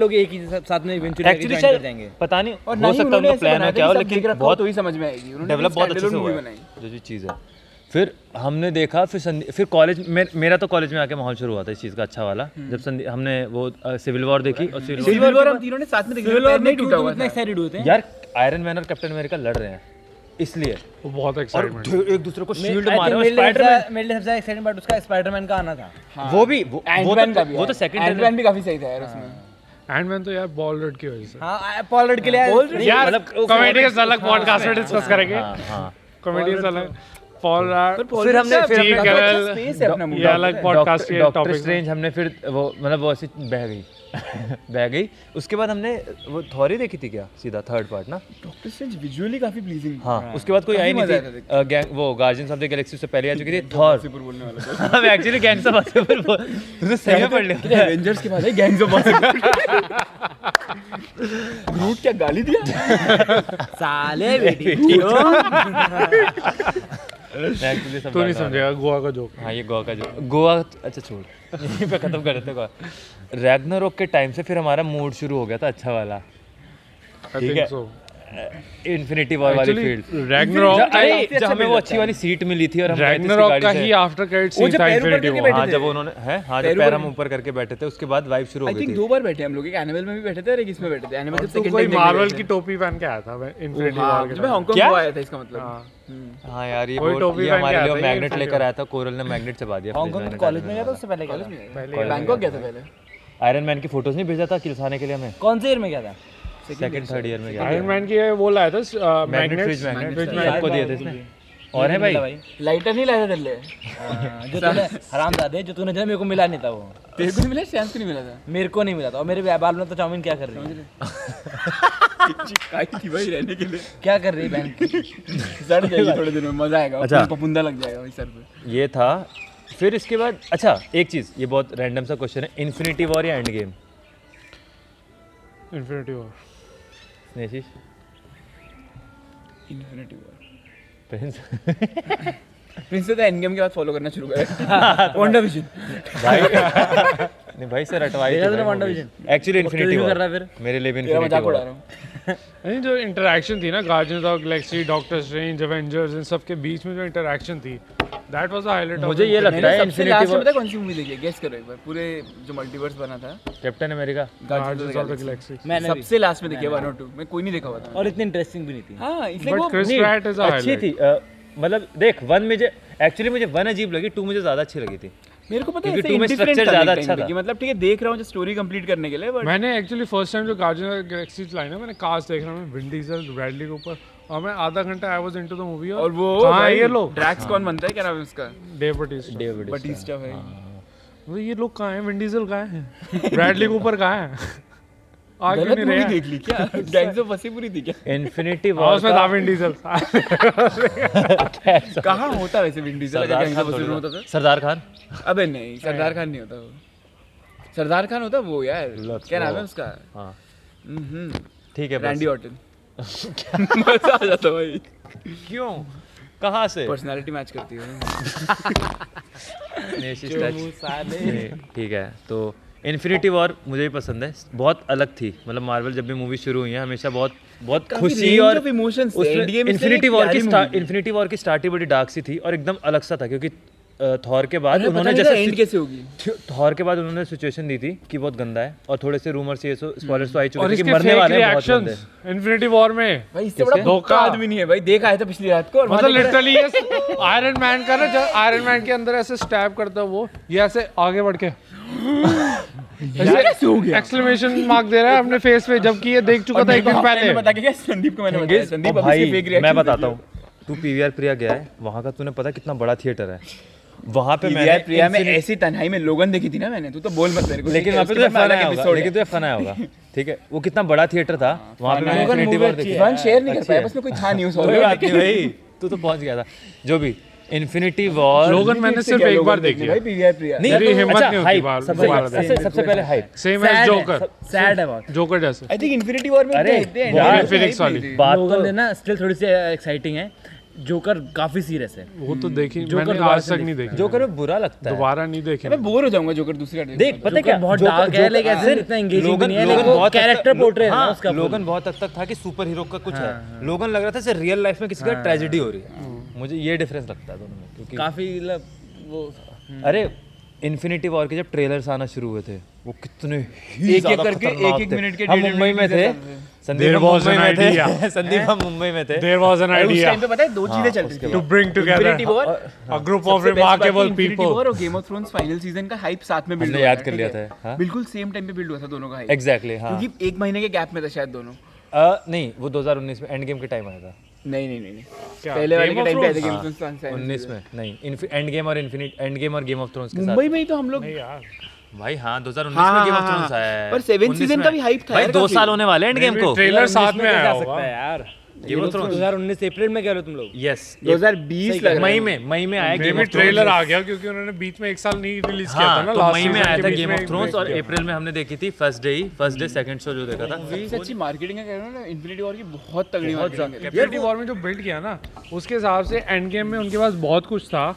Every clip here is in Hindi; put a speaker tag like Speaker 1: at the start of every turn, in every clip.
Speaker 1: लोग एक ही साथ साथ में इवेंचुअली
Speaker 2: एक्चुअली शायद पता नहीं
Speaker 3: और
Speaker 2: हो सकता है उनका प्लान है क्या हो लेकिन
Speaker 3: बहुत
Speaker 2: बहुत
Speaker 3: तो ही समझ में आएगी उन्होंने
Speaker 2: डेवलप बहुत अच्छे से
Speaker 3: मूवी
Speaker 2: हुआ है
Speaker 3: बनाई
Speaker 2: जो जो चीज़ है फिर हमने देखा फिर संदी फिर कॉलेज में मेरा तो कॉलेज में आके माहौल शुरू हुआ था इस चीज़ का अच्छा वाला
Speaker 3: हम्म।
Speaker 2: जब संदी हमने वो सिविल वॉर देखी और सिविल वॉर
Speaker 3: सिल्वर हम तीनों ने साथ में देखी पैर नहीं टूटा हुआ
Speaker 1: इतना एक्साइटेड हुए थे
Speaker 2: यार आयरन मैन और कैप्टन अमेरिका लड़ रहे हैं इसलिए
Speaker 4: वो बहुत
Speaker 2: और
Speaker 4: एक्साइटमेंट
Speaker 2: दो- एक दूसरे को
Speaker 1: I
Speaker 2: शील्ड
Speaker 1: think
Speaker 2: मारे और
Speaker 1: मेरे लिए
Speaker 2: Spider-Man-
Speaker 1: सबसे- मेरे लिए सबसे एक्साइटिंग पार्ट उसका स्पाइडरमैन का आना था
Speaker 2: वो भी वो वो
Speaker 3: एंटमैन का
Speaker 2: तो
Speaker 3: भी
Speaker 2: वो तो सेकंड
Speaker 3: एंटमैन भी काफी सही था यार उसमें
Speaker 4: एंड मैन तो यार बॉलीवुड की वजह से
Speaker 1: हाँ पॉलर्ड के लिए
Speaker 4: यार
Speaker 2: मतलब-
Speaker 4: कॉमेडियंस अलग पॉडकास्ट में डिस्कस करेंगे
Speaker 2: हाँ
Speaker 4: कॉमेडियंस अलग पॉल
Speaker 2: फिर हमने फिर
Speaker 4: जी,
Speaker 2: हमने-
Speaker 4: girl,
Speaker 3: स्पेस है अपना
Speaker 4: ये अलग पॉडकास्ट
Speaker 2: डॉक्टर
Speaker 4: के
Speaker 2: डॉक्टर
Speaker 4: टॉपिक
Speaker 2: स्ट्रेंज हमने फिर वो मतलब वो ऐसे बह गई बह गई उसके बाद हमने वो थॉरी देखी थी क्या सीधा थर्ड पार्ट ना
Speaker 3: डॉक्टर स्ट्रेंज विजुअली काफी प्लीजिंग
Speaker 2: हाँ उसके बाद कोई आई
Speaker 3: मजा आया था
Speaker 2: नहीं थी अ, gang- वो गार्जियंस ऑफ द गैलेक्सी उससे पहले आ चुकी थी थॉर
Speaker 3: सुपर बोलने वाला
Speaker 2: हम एक्चुअली गैंग्स ऑफ वासेपुर तुझे सही में पढ़ लिया
Speaker 3: एवेंजर्स के बाद है गैंग्स ऑफ वासेपुर ग्रूट क्या गाली दिया
Speaker 1: साले वीडियो
Speaker 2: मैं actually सब
Speaker 4: तू नहीं
Speaker 2: गाना-
Speaker 4: समझेगा गोवा का जोक
Speaker 2: हाँ ये गोवा का जो गोवा अच्छा छोड़ यहीं पे खत्म कर देते गोवा रैगनारोक के टाइम से फिर हमारा मूड शुरू हो गया था अच्छा वाला
Speaker 4: आई
Speaker 2: ठीक
Speaker 4: थिंक
Speaker 2: है।
Speaker 4: सो
Speaker 2: इन्फिनिटी वॉर वाली फील्ड
Speaker 4: एक्चुअली रैग्नारॉक
Speaker 2: अरे जब हमें वो अच्छी वाली सीट मिली थी और हम गए थे उसकी
Speaker 4: रैग्नारॉक
Speaker 2: गाड़ी
Speaker 4: का
Speaker 2: से।
Speaker 4: ही आफ्टर क्रेडिट
Speaker 1: वो
Speaker 4: सीन
Speaker 1: जो
Speaker 4: था
Speaker 1: पैर ऊपर
Speaker 4: इन्फिनिटी
Speaker 1: करके
Speaker 2: हाँ
Speaker 4: वॉर
Speaker 1: बैठे
Speaker 2: जब
Speaker 1: थे।
Speaker 2: उन्होंने है हाँ
Speaker 3: पैर
Speaker 2: जब पैर
Speaker 3: ऊपर-
Speaker 2: हम ऊपर करके बैठे थे उसके बाद वाइब शुरू हो
Speaker 3: आई
Speaker 2: गई
Speaker 3: थिंक
Speaker 2: थी
Speaker 3: दो बार बैठे हम लोग एक एनिमल में भी बैठे थे और एक इसमें बैठे थे एनिमल जब
Speaker 4: तो
Speaker 3: सेकंड
Speaker 4: कोई
Speaker 3: टाइम
Speaker 4: मार्वल की टोपी पहन के आया था मैं इन्फिनिटी
Speaker 2: हाँ,
Speaker 4: वॉर के
Speaker 3: जब मैं
Speaker 4: टाइम।
Speaker 3: हांगकांग
Speaker 2: क्या?
Speaker 3: को आया था इसका मतलब
Speaker 4: हाँ।
Speaker 2: हाँ यार ये
Speaker 4: कोई
Speaker 2: बोर्ड-
Speaker 4: टोपी
Speaker 2: ये
Speaker 4: पहन के
Speaker 2: हमारे
Speaker 4: आया
Speaker 2: लिए
Speaker 4: था, ये
Speaker 2: मैग्नेट
Speaker 4: इंसान
Speaker 2: लेकर आया था कोरल ने मैग्नेट से बाधिया
Speaker 1: हांगकांग कॉलेज में गया था उससे पहले गया
Speaker 3: हाँ।
Speaker 1: था
Speaker 4: पहले
Speaker 3: बैंकॉक गया था पहले
Speaker 2: आयरन मैन की फोटोज नहीं भेजा था किलसाने के लिए हमें
Speaker 1: कौन से ईयर में गया था
Speaker 2: सेकंड थर्ड ईयर में गया
Speaker 4: आयरन मैन की ये वो लाया था
Speaker 2: मैग्नेट फ्रिज
Speaker 4: मैग्नेट
Speaker 2: मैग्नेट सबको दिए थे इसने और है भाई
Speaker 3: लाइटर नहीं लाया था तेरे लिए
Speaker 1: हाँ, जो तूने हरामजादे जो तूने दिया मेरे को मिला नहीं था वो
Speaker 3: तेरे को नहीं मिला शाम को नहीं मिला था
Speaker 1: मेरे को नहीं मिला था और मेरे बाल में तो चाउमीन क्या कर रही है
Speaker 3: चिपकाई थी भाई रहने के लिए
Speaker 1: क्या कर रही है बहन की?
Speaker 3: सड़ जाएगी थोड़े दिन में मजा आएगा
Speaker 2: अच्छा।
Speaker 3: अच्छा पपुंदा लग जाएगा भाई सर पे
Speaker 2: ये था फिर इसके बाद अच्छा एक चीज ये बहुत रैंडम सा क्वेश्चन है इन्फिनिटी वॉर या एंड गेम
Speaker 4: इन्फिनिटी वॉर
Speaker 2: स्नेशिश
Speaker 3: इन्फिनिटी वॉर
Speaker 2: प्रिंस
Speaker 3: प्रिंस तो एंड गेम के बाद फॉलो करना शुरू करा वांडा विजन
Speaker 2: भाई नहीं भाई तो सर हटवाई
Speaker 1: देखा तूने WandaVision?
Speaker 2: एक्चुअली
Speaker 1: उसके
Speaker 2: इन्फिनिटी
Speaker 1: review कर रहा
Speaker 2: वॉर
Speaker 1: है
Speaker 2: मेरे लिए भी
Speaker 3: तेरा
Speaker 2: इन्फिनिटी
Speaker 3: मजाक उड़ा
Speaker 2: वॉर
Speaker 3: रहा हूँ
Speaker 4: नहीं जो इंटरेक्शन थी ना Guardians of Galaxy Doctor Strange Avengers इन सब के बीच में जो इंटरेक्शन थी दैट वाज द हाईलाइट
Speaker 2: मुझे ये लगता
Speaker 3: मैंने
Speaker 2: है
Speaker 3: सबसे लास्ट
Speaker 2: इन्फिनिटी
Speaker 3: में पता है कौन सी मूवी देखी है गेस करो एक बार पूरे जो मल्टीवर्स बना था
Speaker 2: Captain America
Speaker 4: Guardians of the Galaxy
Speaker 1: मैंने भी
Speaker 3: सबसे लास्ट में देखी है वन और टू मैं कोई नहीं देखा हुआ था
Speaker 1: और इतनी इंटरेस्टिंग भी नहीं थी
Speaker 3: हाँ इसलिए
Speaker 4: बट
Speaker 3: वो
Speaker 4: क्रिस
Speaker 2: नहीं,
Speaker 4: प्रैट इज अ
Speaker 2: अच्छी
Speaker 4: हाईलाइट
Speaker 2: थी अ, मतलब देख वन मुझे एक्चुअली मुझे वन अजीब लगी टू मुझे ज्यादा अच्छी लगी थी
Speaker 3: मेरे को पता है
Speaker 2: क्योंकि
Speaker 3: ऐसे
Speaker 2: two में
Speaker 3: indifferent
Speaker 2: structure
Speaker 3: था
Speaker 2: ज्यादा
Speaker 3: एक time
Speaker 2: अच्छा
Speaker 3: पे
Speaker 2: था।
Speaker 3: कि मतलब ठीक है देख रहा हूँ जो स्टोरी कंप्लीट करने के लिए बट
Speaker 4: मैंने एक्चुअली फर्स्ट टाइम जो गार्जियन ऑफ गैलेक्सी चलाई ना मैंने कास्ट देख रहा हूँ विन डीजल ब्रैडली के ऊपर और मैं आधा घंटा I was into the movie
Speaker 3: और वो
Speaker 4: हाँ ये हाँ। लोग
Speaker 3: ड्रैक्स कौन बनता है क्या नाम है उसका
Speaker 4: डेव बटिस्टा
Speaker 2: डेविड
Speaker 3: बटिस्टा भाई
Speaker 4: मतलब ये लोग कहाँ हैं विन डीजल कहाँ हैं ब्रैडली के ऊपर कहाँ हैं आ क्यों
Speaker 3: गलत
Speaker 4: नहीं
Speaker 3: मूवी
Speaker 4: रहे हैं?
Speaker 3: देख ली क्या गैंग्स ऑफ वसीपुरी थी क्या
Speaker 2: इन्फिनिटी
Speaker 4: हाँ,
Speaker 2: वॉर
Speaker 4: उसमें था विन डीजल
Speaker 3: कहाँ होता वैसे विन डीजल अगर
Speaker 2: सरदार
Speaker 3: गैंग्स ऑफ
Speaker 2: खान
Speaker 3: वसीपुरी
Speaker 2: थोड़ी
Speaker 3: होता हाँ।
Speaker 2: था। सरदार खान
Speaker 3: था अबे नहीं सरदार खान नहीं होता वो सरदार खान होता वो यार
Speaker 2: लक्स
Speaker 3: क्या नाम
Speaker 2: वो।
Speaker 3: है उसका
Speaker 2: हाँ
Speaker 3: हम्म
Speaker 2: ठीक है
Speaker 3: रैंडी
Speaker 2: बस।
Speaker 3: ऑर्टन मजा आ जाता भाई
Speaker 2: क्यों कहाँ से
Speaker 3: पर्सनालिटी मैच करती है
Speaker 2: नेशिस टच। नहीं, ठीक है तो इन्फिनिटी वॉर मुझे भी पसंद है बहुत अलग थी मतलब मार्वल जब भी मूवी शुरू हुई है हमेशा बहुत बहुत
Speaker 3: काफी
Speaker 2: खुशी
Speaker 3: range
Speaker 2: और
Speaker 3: of emotions थे। Endgame इसलिए
Speaker 2: इन्फिनिटी
Speaker 3: एक
Speaker 2: वॉर की
Speaker 3: प्यारी movie थी।
Speaker 2: इन्फिनिटी वॉर की स्टार्ट ही बड़ी डार्क सी थी और एकदम अलग सा था क्योंकि थॉर के बाद उन्होंने
Speaker 3: एंड
Speaker 2: जैसे
Speaker 3: कैसे होगी
Speaker 2: थॉर के बाद उन्होंने सिचुएशन दी थी कि बहुत गंदा है और थोड़े से रूमर्स ये स्पॉयलर्स तो आ ही चुके
Speaker 4: और
Speaker 2: थे कि
Speaker 4: इसके
Speaker 2: मरने
Speaker 4: फेक
Speaker 2: वाले हैं बहुत बंदे
Speaker 4: रिएक्शंस इन्फिनिटी वॉर में
Speaker 3: भाई इससे बड़ा धोखा आदमी नहीं है भाई देख आया था पिछली रात को और
Speaker 4: मतलब लिटरली ये आयरन मैन का ना जब आयरन मैन के अंदर ऐसे स्टैब करता है वो ये ऐसे आगे बढ़ के
Speaker 3: कैसे हो गया?
Speaker 4: एक्सक्लेमेशन मार्क दे रहा है अपने फेस पे जबकि ये देख चुका था एक दिन
Speaker 3: मैंने
Speaker 4: पहले
Speaker 3: बता के क्या संदीप को मैंने बताया
Speaker 2: Genghis,
Speaker 3: संदीप
Speaker 2: अब
Speaker 3: अब इसकी फेक
Speaker 2: भाई
Speaker 3: रिएक्शन
Speaker 2: मैं बताता हूँ तू पीवीआर प्रिया गया है वहाँ का तूने पता कितना बड़ा थिएटर है वहाँ पे मैंने
Speaker 3: यार प्रिया में
Speaker 2: infinity-
Speaker 3: ऐसी तन्हाई में लोगन देखी थी ना मैंने तू तो बोल मत मेरे को
Speaker 2: लेकिन वहाँ पे तुझे फन आया होगा लेकिन तुझे फन आया होगा ठीक है वो कितना बड़ा थिएटर था वहाँ पे मैंने इन्फिनिटी वॉर देखी
Speaker 3: वन शेयर नहीं कर
Speaker 2: अच्छी
Speaker 3: पाया
Speaker 2: है।
Speaker 3: बस मैं कोई था न्यूज़
Speaker 2: कोई बात नहीं भाई तू तो पहुँच गया था जो भी इन्फिनिटी वॉर
Speaker 4: लोगन मैंने सिर्फ एक बार देखी
Speaker 3: भाई
Speaker 4: है
Speaker 3: पीवीआर प्रिया
Speaker 4: मेरी
Speaker 2: तो-
Speaker 4: हिम्मत नहीं होती
Speaker 2: hype,
Speaker 4: बार-
Speaker 2: सबसे
Speaker 4: बार
Speaker 2: सबसे सबसे पहले hype
Speaker 4: same age Joker
Speaker 1: sad है बहुत
Speaker 4: जोकर जैसे
Speaker 3: आई थिंक इन्फिनिटी वॉर में
Speaker 2: अरे
Speaker 3: उनका इतने
Speaker 2: यार,
Speaker 3: ending
Speaker 4: फिनिक्स
Speaker 3: नहीं
Speaker 4: वाली।
Speaker 3: थी।
Speaker 2: बात
Speaker 1: लोगों
Speaker 2: तो
Speaker 1: ने ना स्टिल थोड़ी सी एक्साइटिंग uh, है
Speaker 5: जोकर काफी सीरियस है
Speaker 4: वो तो देखी
Speaker 5: जोकर
Speaker 4: मैंने
Speaker 5: दोबारा
Speaker 4: आज
Speaker 5: से
Speaker 4: तक नहीं देखी
Speaker 2: जोकर में बुरा लगता तो है
Speaker 4: दोबारा नहीं देखी
Speaker 3: मैं बोर हो जाऊंगा जोकर दूसरी बार
Speaker 2: देख पता है
Speaker 5: जोकर
Speaker 2: क्या
Speaker 5: बहुत
Speaker 2: जोकर-
Speaker 5: dark है,
Speaker 2: जोकर-
Speaker 5: लेकिन
Speaker 2: हाँ।
Speaker 5: ऐसे इतना engaging भी नहीं है, लेकिन वो
Speaker 2: बहुत हद तक-
Speaker 5: character
Speaker 2: लो-
Speaker 5: portray है ना
Speaker 2: हाँ,
Speaker 5: उसका पूरा। हाँ,
Speaker 2: लोगन बहुत हद तक था कि सुपर हीरो का कुछ है लोगन लग रहा था जैसे रियल लाइफ में किसी का ट्रेजेडी हो रही है मुझे ये डिफरेंस लगता है दोनों में क्योंकि
Speaker 5: काफी मतलब वो
Speaker 2: अरे इन्फिनिटी वॉर के जब ट्रेलर्स आना शुरू हुए थे वो कितने
Speaker 3: एक
Speaker 2: ही
Speaker 3: एक
Speaker 2: ज्यादा
Speaker 3: करके,
Speaker 2: खतरनाक
Speaker 3: एक एक
Speaker 2: थे।
Speaker 3: मिनट के
Speaker 2: हम
Speaker 3: डेढ़
Speaker 2: मुंबई में
Speaker 3: मिनट के
Speaker 2: थे
Speaker 3: हिसाब
Speaker 2: संदीप
Speaker 4: There
Speaker 2: हम
Speaker 4: was
Speaker 2: मुंबई
Speaker 4: an
Speaker 2: में थे
Speaker 4: idea.
Speaker 2: संदीप हम मुंबई में थे
Speaker 4: देयर वाज
Speaker 3: उस
Speaker 4: एन
Speaker 3: तो
Speaker 4: आइडिया
Speaker 3: टाइम पे पता है दो
Speaker 2: हाँ,
Speaker 3: चीजें चल रही थी
Speaker 4: two bring together
Speaker 3: Infinity War,
Speaker 4: a group of
Speaker 3: सबसे best बात है,
Speaker 4: रिमार्केबल
Speaker 3: Infinity War
Speaker 4: पीपल
Speaker 3: और Game of Thrones final season का हाइप साथ में बिल्ड
Speaker 2: हमने
Speaker 3: हुआ
Speaker 2: याद
Speaker 3: था,
Speaker 2: कर
Speaker 3: ठीक
Speaker 2: लिया
Speaker 3: है?
Speaker 2: था, हाँ।
Speaker 3: बिल्कुल सेम टाइम पे बिल्ड हुआ था दोनों का हाइप
Speaker 2: एग्जैक्टली हाँ
Speaker 3: क्योंकि एक महीने के गैप में था शायद दोनों
Speaker 2: अ, नहीं वो 2019 में एंड गेम के टाइम आया था
Speaker 3: नहीं नहीं नहीं नहीं।
Speaker 4: क्या?
Speaker 3: पहले वाले
Speaker 4: Game
Speaker 3: के टाइम
Speaker 4: of
Speaker 3: पे आए थे
Speaker 4: Thrones?
Speaker 3: गेम ऑफ थ्रोन्स
Speaker 2: उन्नीस में नहीं एंड गेम और इन्फिनिट एंड गेम और गेम ऑफ थ्रोन्स के साथ
Speaker 3: मुंबई में ही तो हम लोग
Speaker 4: नहीं यार
Speaker 2: भाई हाँ 2019
Speaker 3: हाँ,
Speaker 2: में गेम ऑफ
Speaker 3: हाँ,
Speaker 2: थ्रोन्स आया है
Speaker 3: पर seventh
Speaker 2: 19
Speaker 3: season
Speaker 2: में
Speaker 3: का भी hype था
Speaker 2: भाई
Speaker 3: यार
Speaker 2: दो
Speaker 3: काफी।
Speaker 2: साल होने वाले एंड गेम को
Speaker 4: ट्रेलर साथ में आया
Speaker 5: जा
Speaker 4: होगा
Speaker 5: सकता है यार
Speaker 2: Game of Thrones
Speaker 5: हजार उन्नीस अप्रैल में कह रहे हो तुम लोग
Speaker 2: यस
Speaker 3: 2020 लग रहा
Speaker 2: मई
Speaker 3: है
Speaker 2: में मई में आया
Speaker 4: मे
Speaker 2: गेम
Speaker 4: भी
Speaker 2: ऑफ
Speaker 4: ट्रेलर आ गया क्योंकि उन्होंने बीच में एक साल नहीं रिलीज किया था
Speaker 2: हाँ
Speaker 4: ना
Speaker 2: तो
Speaker 4: last
Speaker 2: मई में
Speaker 4: season
Speaker 2: आया
Speaker 4: के
Speaker 2: था
Speaker 4: बीच
Speaker 2: गेम
Speaker 4: में
Speaker 2: ऑफ
Speaker 4: एक
Speaker 2: थ्रोन्स
Speaker 4: break
Speaker 2: और
Speaker 4: दिया।
Speaker 2: अप्रैल में हमने देखी थी फर्स्ट डे ही फर्स्ट डे सेकंड शो जो देखा था
Speaker 3: सबसे अच्छी मार्केटिंग है कह रहे हो ना इन्फिनिटी वॉर की बहुत तगड़ी मार्केटिंग है
Speaker 4: Infinity War में जो बिल्ड किया ना उसके हिसाब से एंड गेम में उनके पास बहुत कुछ था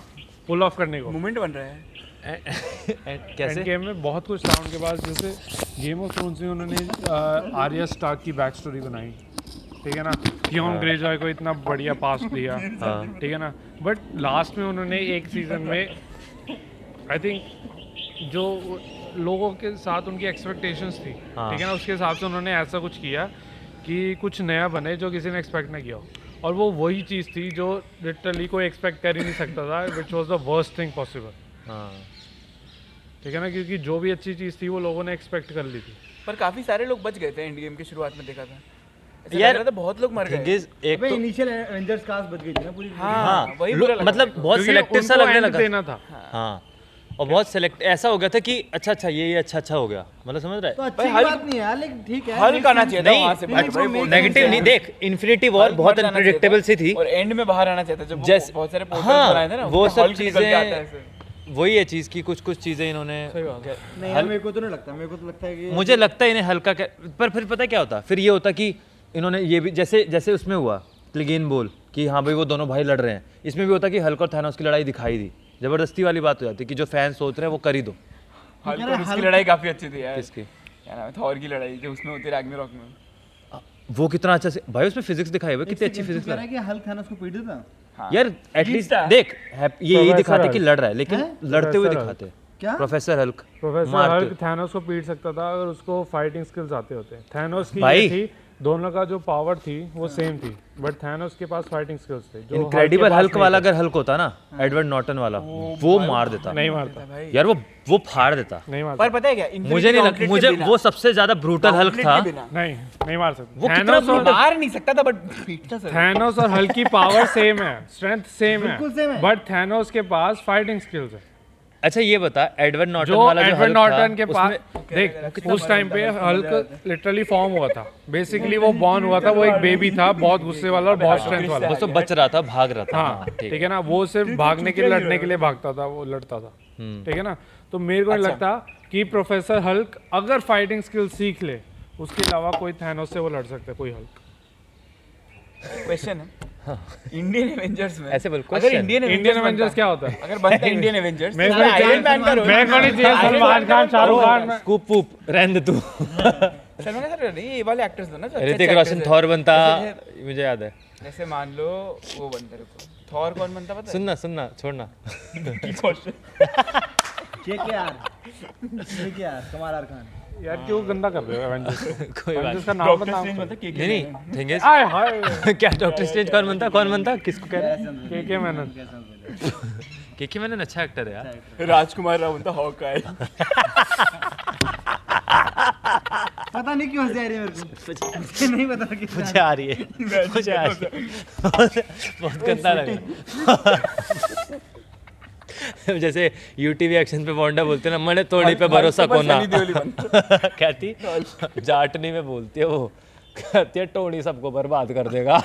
Speaker 4: पुल ऑफ करने को
Speaker 3: मोमेंट बन रहा है
Speaker 2: And
Speaker 4: एंड
Speaker 2: कैसे
Speaker 4: गेम में बहुत कुछ था उनके पास जैसे गेम ऑफ थ्रोन्स में उन्होंने आर्या स्टार्क की बैक स्टोरी बनाई ठीक है ना
Speaker 2: हाँ।
Speaker 4: थियोन ग्रेजॉय को इतना बढ़िया पास दिया ठीक है ना बट लास्ट में उन्होंने एक सीजन में आई थिंक जो लोगों के साथ उनकी एक्सपेक्टेशंस थी
Speaker 2: हाँ।
Speaker 4: ठीक है ना उसके हिसाब से उन्होंने ऐसा कुछ किया कि कुछ नया बने जो किसी ने एक्सपेक्ट ना किया हो और वो वही चीज़ थी जो लिटरली कोई एक्सपेक्ट कर ही नहीं सकता था which was the worst thing possible
Speaker 2: हाँ
Speaker 4: ठीक है ना क्योंकि जो भी अच्छी चीज़ थी वो लोगों ने एक्सपेक्ट कर ली थी
Speaker 3: पर काफी सारे लोग बच गए थे एंड गेम की शुरुआत में देखा था ऐसा लग
Speaker 2: यार,
Speaker 3: रहा था बहुत लोग मर
Speaker 2: Thing
Speaker 3: गए
Speaker 2: is, एक तो
Speaker 5: इनिशियल एवेंजर्स कास्ट बच गई थी ना पूरी
Speaker 2: हाँ
Speaker 3: वही
Speaker 2: लो-
Speaker 3: बुरा लगा
Speaker 2: मतलब बहुत
Speaker 4: क्योंकि
Speaker 2: सिलेक्टिव सा
Speaker 4: उनको
Speaker 2: लगने
Speaker 4: end
Speaker 2: लगा
Speaker 4: देना था
Speaker 2: हाँ और बहुत सिलेक्ट ऐसा हो गया था कि अच्छा अच्छा ये ये अच्छा अच्छा हो गया मतलब समझ रहा है
Speaker 5: तो अच्छी
Speaker 3: भाई,
Speaker 5: बात नहीं है यार, लेकिन ठीक है
Speaker 3: हल्का आना चाहिए था वहां से
Speaker 5: नहीं,
Speaker 3: बाहर, भाई,
Speaker 5: वो
Speaker 3: वो
Speaker 2: नेगेटिव नहीं देख इन्फिनिटी वॉर
Speaker 3: हल्क
Speaker 2: बहुत
Speaker 3: मर जाना चाहिए
Speaker 2: अनप्रिडिक्टेबल
Speaker 3: था।
Speaker 2: सी थी
Speaker 3: और एंड में बाहर आना चाहिए था जब वो
Speaker 2: जैसे-
Speaker 3: बहुत सारे पोर्टल्स
Speaker 2: हाँ,
Speaker 3: बनाए थे ना
Speaker 2: वो
Speaker 3: उसमें
Speaker 2: सब
Speaker 3: हल्क निकल के
Speaker 2: चीजें-
Speaker 3: आता है ऐसे।
Speaker 2: वही है चीज़ की कुछ कुछ चीज़ें इन्होंने
Speaker 5: नहीं यार, मेरे को तो नहीं लगता मेरे को तो लगता है कि
Speaker 2: मुझे लगता है इन्हें हल्का कर, पर फिर पता है क्या होता फिर ये होता कि इन्होंने ये भी जैसे जैसे उसमें हुआ क्लिगेन बोल कि हाँ भाई वो दोनों भाई लड़ रहे हैं इसमें भी होता कि हल्का और थानोस की लड़ाई दिखाई दी जबरदस्ती वाली बात हो जाती कि जो फैन सोच रहे हैं वो कर ही दो
Speaker 3: हल्क और उसकी लड़ाई काफी अच्छी थी यार
Speaker 2: इसकी
Speaker 3: क्या नाम है थॉर की लड़ाई जो उसमें होती रैग्नी रॉक में
Speaker 2: वो कितना अच्छा से भाई उसमें फिजिक्स दिखाई हुई है, कितनी अच्छी फिजिक्स
Speaker 5: कह रहा है कि हल्क था ना उसको पीट देता
Speaker 3: हाँ।
Speaker 2: यार एटलीस्ट देख हैप- ये यही दिखाते कि लड़ रहा है लेकिन लड़ते हुए दिखाते
Speaker 5: क्या?
Speaker 2: प्रोफेसर हल्क
Speaker 4: प्रोफेसर
Speaker 2: मारते।
Speaker 4: हल्क थैनोस को पीट सकता था अगर उसको फाइटिंग स्किल्स आते होते थैनोस की
Speaker 2: भाई।
Speaker 4: ये थी दोनों का जो पावर थी वो सेम थी बट थैनोस के पास फाइटिंग स्किल्स थे जो
Speaker 2: इनक्रेडिबल
Speaker 4: के तो पास
Speaker 2: हल्क
Speaker 4: नहीं
Speaker 2: वाला अगर हल्क होता ना एडवर्ड नॉर्टन वाला वो मार देता
Speaker 4: थे। हाँ। नहीं मारता
Speaker 2: यार वो वो फाड़ देता
Speaker 4: नहीं मारता
Speaker 3: पर पता है क्या Infinity
Speaker 2: मुझे नहीं
Speaker 3: Gauntlet
Speaker 2: लग
Speaker 3: के
Speaker 2: मुझे
Speaker 3: बिना-
Speaker 2: वो सबसे ज्यादा ब्रूटल हल्क
Speaker 3: Gauntlet
Speaker 2: था
Speaker 3: के बिना।
Speaker 4: नहीं नहीं मार सकता
Speaker 2: वो कितना
Speaker 4: थैनोस और
Speaker 3: मार नहीं सकता था बट पीटता सर
Speaker 4: थैनोस और हल्क की पावर सेम है स्ट्रेंथ सेम
Speaker 5: बिल्कुल same
Speaker 4: है
Speaker 5: है।
Speaker 4: बट थैनोस के पास फाइटिंग स्किल्स है
Speaker 2: अच्छा ये बता एडवर्ड नॉर्टन
Speaker 4: जो
Speaker 2: वाला जो
Speaker 4: एडवर्ड
Speaker 2: हल्क था,
Speaker 4: नॉर्टन के
Speaker 2: उसमें-
Speaker 4: पास देख उस टाइम पे हल्क लिटरली फॉर्म हुआ था बेसिकली वो बॉर्न हुआ था वो एक बेबी था बहुत गुस्से वाला और बहुत स्ट्रेंथ वाला
Speaker 2: वो तो बच रहा था भाग रहा था
Speaker 4: हाँ ठीक है ना वो सिर्फ भागने के लिए लड़ने के लिए भागता था वो लड़ता था ठीक है ना तो मेरे को नहीं लगता कि प्रोफेसर हल्क अगर फाइटिंग स्किल सीख ले उसके अलावा कोई थैनोस से वो लड़ सकता है कोई हल्क
Speaker 3: क्वेश्चन है इंडियन एवेंजर्स में
Speaker 2: हाँ। ऐसे बोल,
Speaker 3: अगर
Speaker 2: question।
Speaker 3: इंडियन
Speaker 4: इंडियन एवेंजर्स क्या होता है
Speaker 3: अगर बनता इंडियन एवेंजर्स
Speaker 4: मेरे को नहीं
Speaker 3: आयरन मैन का रोल
Speaker 4: मैं कौन चाहिए सलमान खान शाहरुख खान मैं-
Speaker 2: कूप पूप रहने दे तू
Speaker 4: अच्छा,
Speaker 3: सलमान खान नहीं ये वाले एक्टर्स दो ना जो अच्छे
Speaker 2: ऋतिक
Speaker 3: अच्छे
Speaker 2: रोशन
Speaker 3: actors
Speaker 2: थॉर बनता
Speaker 3: जैसे-
Speaker 2: मुझे याद है
Speaker 3: जैसे मान लो वो बनता रुको थॉर कौन बनता पता
Speaker 2: सुनना सुनना छोड़ना
Speaker 3: है क्वेश्चन
Speaker 5: के K R K K R Kamaal R Khan
Speaker 4: यार क्यों गंदा कर रहे हो एवेंजर्स
Speaker 2: कोई बात
Speaker 4: एवेंजर्स का नाम बताओ
Speaker 3: चेंज बनता के
Speaker 2: नहीं नहीं थिंग इज
Speaker 4: आए हाय
Speaker 2: क्या डॉक्टर स्ट्रेंज कौन बनता कौन बनता किसको कह रहे
Speaker 4: के के मैनन
Speaker 2: के के मैनन अच्छा एक्टर है यार
Speaker 3: राजकुमार राव बनता हॉक आई
Speaker 5: पता नहीं क्यों हंसी आ रही है मेरे को मुझे नहीं पता कि
Speaker 2: मुझे आ रही है मुझे आ रही है बहुत गंदा लग रहा है। जैसे यूटीवी एक्शन पे बोंडा बोलते हैं ना मने तोड़ी पे भरोसा कोना
Speaker 3: तो सनी देओल ही
Speaker 2: कहती जाटनी में बोलती है वो कहती है टोनी सबको बर्बाद कर देगा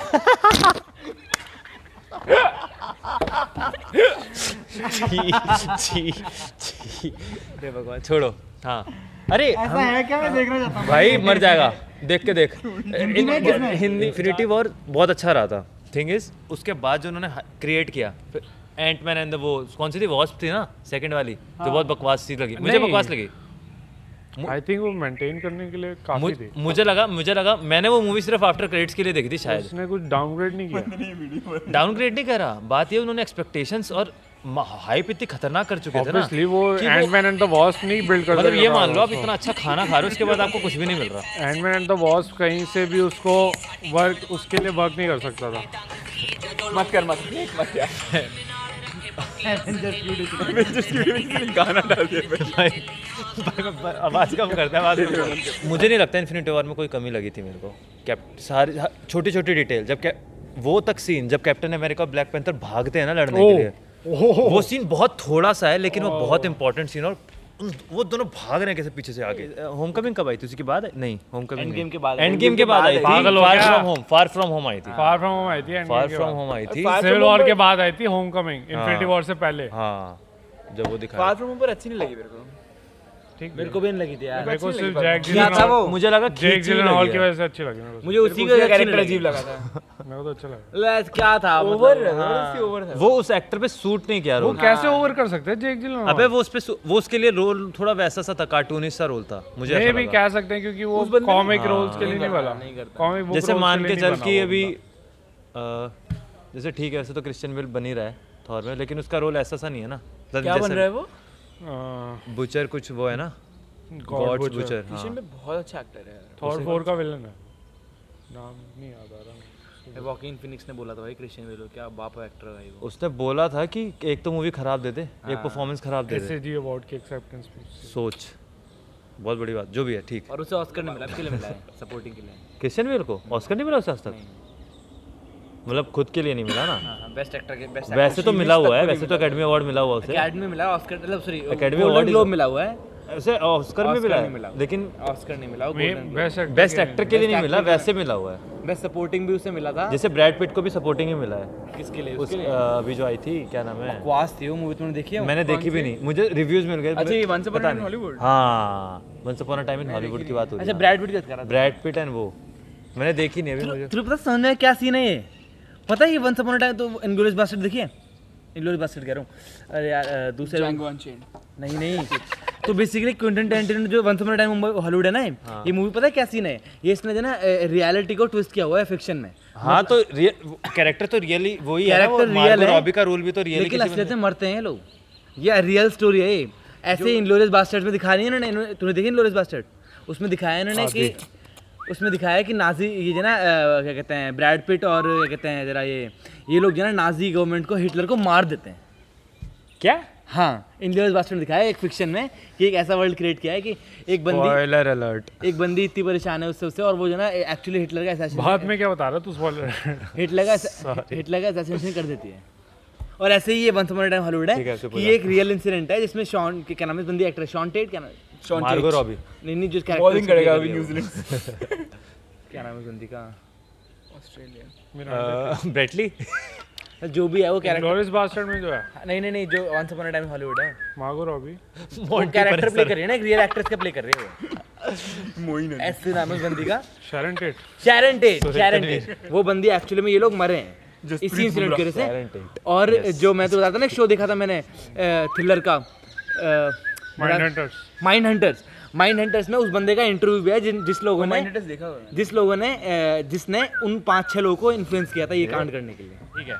Speaker 2: छी छी छी हे भगवान छोड़ो हाँ अरे
Speaker 5: ऐसा है क्या मैं देखना चाहता हूँ
Speaker 2: भाई मर जाएगा देख के देख हिंदी इन्फिनिटी वॉर बहुत अच्छा रहा था थिंग इज उसके बाद जो उन्होंने क्रिएट किया फिर एंट मैन एंड वो कौन सी थी वॉस्प थी ना सेकंड वाली जो बहुत बकवास सी लगी मुझे
Speaker 4: हाँ। नहीं।
Speaker 2: बकवास लगी
Speaker 4: आई थिंक वो मेंटेन करने के लिए काफी
Speaker 2: मुझ-
Speaker 4: थी
Speaker 2: मुझे लगा मुझे लगा मैंने वो मूवी सिर्फ आफ्टर क्रेडिट्स के लिए देखी थी शायद
Speaker 4: उसने कुछ डाउनग्रेड नहीं किया
Speaker 2: डाउनग्रेड नहीं कर रहा बात ये उन्होंने एक्सपेक्टेशंस और हाइप इतनी खतरनाक कर चुके थे ना
Speaker 4: ऑब्वियसली वो एंडमैन एंड द वॉस्प नहीं बिल्ड कर
Speaker 2: मतलब ये मान लो आप इतना अच्छा खाना खा रहे हो उसके बाद आपको कुछ भी नहीं मिल रहा
Speaker 4: एंडमैन एंड द वॉस्प कहीं से भी उसको वर्क उसके लिए वर्क नहीं कर सकता था
Speaker 3: मत कर मत देख मत यार गाना डाल दिया
Speaker 2: आवाज कम करते हैं आवाज मुझे नहीं लगता इन्फिनिटी वॉर में कोई कमी लगी थी मेरे को कैप सारी छोटी छोटी डिटेल जब कै- वो तक सीन जब कैप्टन अमेरिका ब्लैक पैंथर भागते हैं ना लड़ने के लिए वो सीन बहुत थोड़ा सा है लेकिन वो बहुत इंपॉर्टेंट सीन और उन- वो दोनों भाग रहे हैं कैसे पीछे से आगे होमकमिंग कब आई थी उसी के बाद नहीं होमकमिंग
Speaker 1: Endgame के बाद आई।
Speaker 2: एंड गेम के बाद आई थी
Speaker 4: पागल हो
Speaker 2: फार
Speaker 4: गया।
Speaker 2: From home far from home आई थी
Speaker 4: फार फ्रॉम होम आई थी एंडमैन
Speaker 2: फार
Speaker 4: के
Speaker 2: फ्रॉम
Speaker 4: बाद
Speaker 2: होम आई थी
Speaker 3: Far
Speaker 4: civil
Speaker 3: From Home
Speaker 4: war के
Speaker 3: पर-
Speaker 4: बाद आई थी होमकमिंग इन्फिनिटी वॉर से पहले
Speaker 2: हाँ जब वो दिखाया
Speaker 3: फार फ्रॉम ऊपर अच्छी नहीं लगी मेरे को
Speaker 4: ठीक
Speaker 1: मेरे को भी नहीं लगी थी यार
Speaker 2: अच्छा,
Speaker 4: मेरे को
Speaker 3: अच्छी
Speaker 4: सिर्फ
Speaker 3: लगी
Speaker 4: जैक
Speaker 1: क्या था वो
Speaker 2: मुझे लगा
Speaker 4: जैक
Speaker 2: खींची लगी
Speaker 4: हॉल की
Speaker 2: है।
Speaker 4: वजह से अच्छी लगी मेरे को
Speaker 1: मुझे उसी का
Speaker 3: कैरेक्टर अजीब लगा था
Speaker 4: मेरे को तो अच्छा लगा
Speaker 1: लगा क्या था मतलब,
Speaker 3: ओवर
Speaker 1: हाँ।
Speaker 3: ओवर था
Speaker 2: वो उस एक्टर पे सूट नहीं किया
Speaker 4: वो
Speaker 2: रोल
Speaker 4: कैसे ओवर कर सकते हैं जैक जिलनॉल
Speaker 2: तो हाँ। अबे वो उस पे सू- वो उसके लिए रोल थोड़ा वैसा सा था कार्टूनिश सा रोल था मुझे
Speaker 4: ये
Speaker 2: ऐसा
Speaker 4: भी
Speaker 2: लगा।
Speaker 4: कह सकते हैं क्योंकि वो कॉमिक रोल्स
Speaker 2: हाँ,
Speaker 4: के लिए नहीं
Speaker 3: करता,
Speaker 4: वाला
Speaker 3: नहीं करता।
Speaker 4: कॉमिक बुक
Speaker 2: जैसे
Speaker 4: roles
Speaker 2: मान
Speaker 4: के
Speaker 2: के
Speaker 4: तो लिए
Speaker 2: चल
Speaker 4: नहीं
Speaker 2: कि
Speaker 4: बना
Speaker 2: अभी
Speaker 4: वो
Speaker 2: अ, जैसे ठीक है वैसे तो क्रिश्चियन बिल बन ही रहा है थॉर में लेकिन उसका रोल ऐसा सा नहीं है ना
Speaker 1: क्या बन रहा है वो
Speaker 4: बंदा।
Speaker 2: बुचर कुछ वो है ना हाँ।
Speaker 4: अह,
Speaker 2: गॉड
Speaker 4: God Butcher।
Speaker 2: बुचर
Speaker 3: किशन में बहुत अच्छा एक्टर है यार
Speaker 4: थॉर फोर का विलन है नाम नहीं याद आ रहा
Speaker 1: वॉकिंग फिनिक्स ने बोला था भाई क्रिश्चियन बेलो क्या बाप एक्टर है भाई वो
Speaker 2: उसने बोला था कि एक तो मूवी खराब दे दे एक
Speaker 4: हाँ।
Speaker 2: परफॉर्मेंस खराब दे दे
Speaker 4: एस जी अवार्ड की एक्सेप्टेंस स्पीच
Speaker 2: सोच बहुत बड़ी बात जो भी है ठीक
Speaker 1: और उसे ऑस्कर नहीं मिला इसके लिए मिला है सपोर्टिंग के लिए
Speaker 2: क्रिश्चियन बेल को ऑस्कर नहीं मिला उसे आज तक मतलब खुद के लिए नहीं मिला ना
Speaker 1: हाँ हाँ बेस्ट एक्टर के बेस्ट
Speaker 2: वैसे तो मिला हुआ है वैसे तो अकेडमी अवार्ड मिला हुआ उसे
Speaker 1: अकेडमी मिला ऑस्कर मतलब sorry
Speaker 2: Academy
Speaker 1: academy
Speaker 2: Award
Speaker 1: award
Speaker 2: is-
Speaker 1: globe मिला हुआ है
Speaker 2: उसे ऑस्कर में
Speaker 1: Oscar
Speaker 2: मिला
Speaker 1: में मिला
Speaker 2: है
Speaker 1: हुआ।
Speaker 2: लेकिन
Speaker 1: ऑस्कर नहीं मिला वो golden
Speaker 4: best actor
Speaker 2: best actor के लिए नहीं मिला वैसे मिला हुआ है
Speaker 1: ग्लोब बेस्ट सपोर्टिंग भी उसे मिला था
Speaker 2: जैसे ब्रैड पिट को भी सपोर्टिंग ही मिला है
Speaker 1: किसके लिए
Speaker 2: उस
Speaker 1: उसके लिए
Speaker 2: अ, अभी जो आई थी क्या नाम है
Speaker 1: क्वास थी वो मूवी तुमने देखी है
Speaker 2: मैंने देखी भी नहीं मुझे रिव्यूज मिल गए
Speaker 3: अच्छा ये वंस अपॉन
Speaker 2: पता
Speaker 3: इन
Speaker 2: नहीं।
Speaker 3: हॉलीवुड
Speaker 2: हाँ once upon a time in Hollywood की बात हो रही
Speaker 1: अच्छा
Speaker 2: है
Speaker 1: ब्रैड पिट की बात कर रहा
Speaker 2: ब्रैड पिट एंड वो मैंने देखी नहीं अभी
Speaker 1: था
Speaker 2: मुझे
Speaker 1: तुझे पता सन में क्या सीन है ये पता है ये वंस अपॉन अ टाइम तो इंग्लोरियस बास्टर्ड देखिए इंग्लोरियस बास्टर्ड कह रहा हूँ अरे यार अ, दूसरे
Speaker 3: जैंगो अनचेंड
Speaker 1: नहीं नहीं तो बेसिकली क्विंटन टेरेंटिनो जो once upon a time Mumbai Hollywood है ना ये,
Speaker 2: हाँ।
Speaker 1: ये मूवी पता है क्या सीन है ये इसने जो ना रियलिटी को ट्विस्ट किया हुआ है फिक्शन में
Speaker 2: हाँ तो कैरेक्टर तो रियली वही है ना, वो
Speaker 1: कैरेक्टर रियल
Speaker 2: Margot
Speaker 1: है
Speaker 2: Robbie का रोल भी तो रियली
Speaker 1: लेकिन असलियत में मरते हैं लोग ये रियल स्टोरी है ये ऐसे इंग्लोरियस बास्टर्ड में दिखा रही है इन्होंने इन्होंने- तूने देखी इंग्लोरियस बास्टर्ड उसमें दिखाया इन्होंने कि उसमें दिखाया है कि नाजी ये जो ना अ, क्या कहते हैं ब्रैड पिट और क्या कहते हैं जरा ये ये लोग जो ना नाजी गवर्नमेंट को हिटलर को मार देते हैं
Speaker 2: क्या
Speaker 1: हाँ इंग्लोरियस बास्टर्ड में दिखाया है एक फिक्शन में कि एक ऐसा वर्ल्ड क्रिएट किया है कि एक बंदी
Speaker 4: स्पॉइलर अलर्ट
Speaker 1: एक बंदी इतनी परेशान है उससे उससे और वो जो ना एक्चुअली हिटलर का
Speaker 4: बाद
Speaker 1: assassination-
Speaker 4: में क्या बता रहा तू स्पॉइलर
Speaker 1: हिटलर का हिटलर का assassination कर देती है और ऐसे ही ये वंस अपॉन टाइम हॉलीवुड
Speaker 2: ठीक है,
Speaker 1: है
Speaker 2: आपसे
Speaker 1: कि ये एक रियल इंसिडेंट है जिसमें शॉन के क्या नाम है इस बंदी एक्टर शॉन टेट क्या नाम है?
Speaker 3: शॉन
Speaker 2: मार्गो रॉबी
Speaker 1: नहीं नहीं जो कैरेक्टर
Speaker 3: बॉलिंग करेगा अभी न्यूजीलैंड
Speaker 1: क्या नाम है उस बंदी का
Speaker 3: ऑस्ट्रेलिया
Speaker 2: Uh, ब्रेटली
Speaker 1: जो भी है वो कैरेक्टर
Speaker 4: ग्लोरियस बास्टर्ड में जो है
Speaker 1: नहीं नहीं नहीं जो वंस अपॉन टाइम हॉलीवुड है
Speaker 4: मार्गो रॉबी
Speaker 1: वो कैरेक्टर प्ले कर रही है ना एक रियल एक्ट्रेस का प्ले कर रही है
Speaker 3: मोइन
Speaker 1: वो ऐसे नाम है उस बंदी का
Speaker 4: Sharon Tate
Speaker 1: Sharon Tate Sharon Tate वो बंदी एक्चुअली में ये लोग मरे हैं
Speaker 3: जसप्रीत
Speaker 1: इसी इंसिडेंट की वजह
Speaker 2: Sharon
Speaker 1: से
Speaker 2: Tate.
Speaker 1: और जो मैं तो बताता ना एक शो देखा था मैंने थ्रिलर का
Speaker 4: mind hunters
Speaker 1: mind hunters mind hunters में उस बंदे का इंटरव्यू भी है जिन जिस लोगों ने
Speaker 3: मैंने देखा हुआ है।
Speaker 1: जिस लोगों ने अ, जिसने उन पांच छह लोगों को इन्फ्लुएंस किया था ये कांड करने के लिए
Speaker 4: ठीक है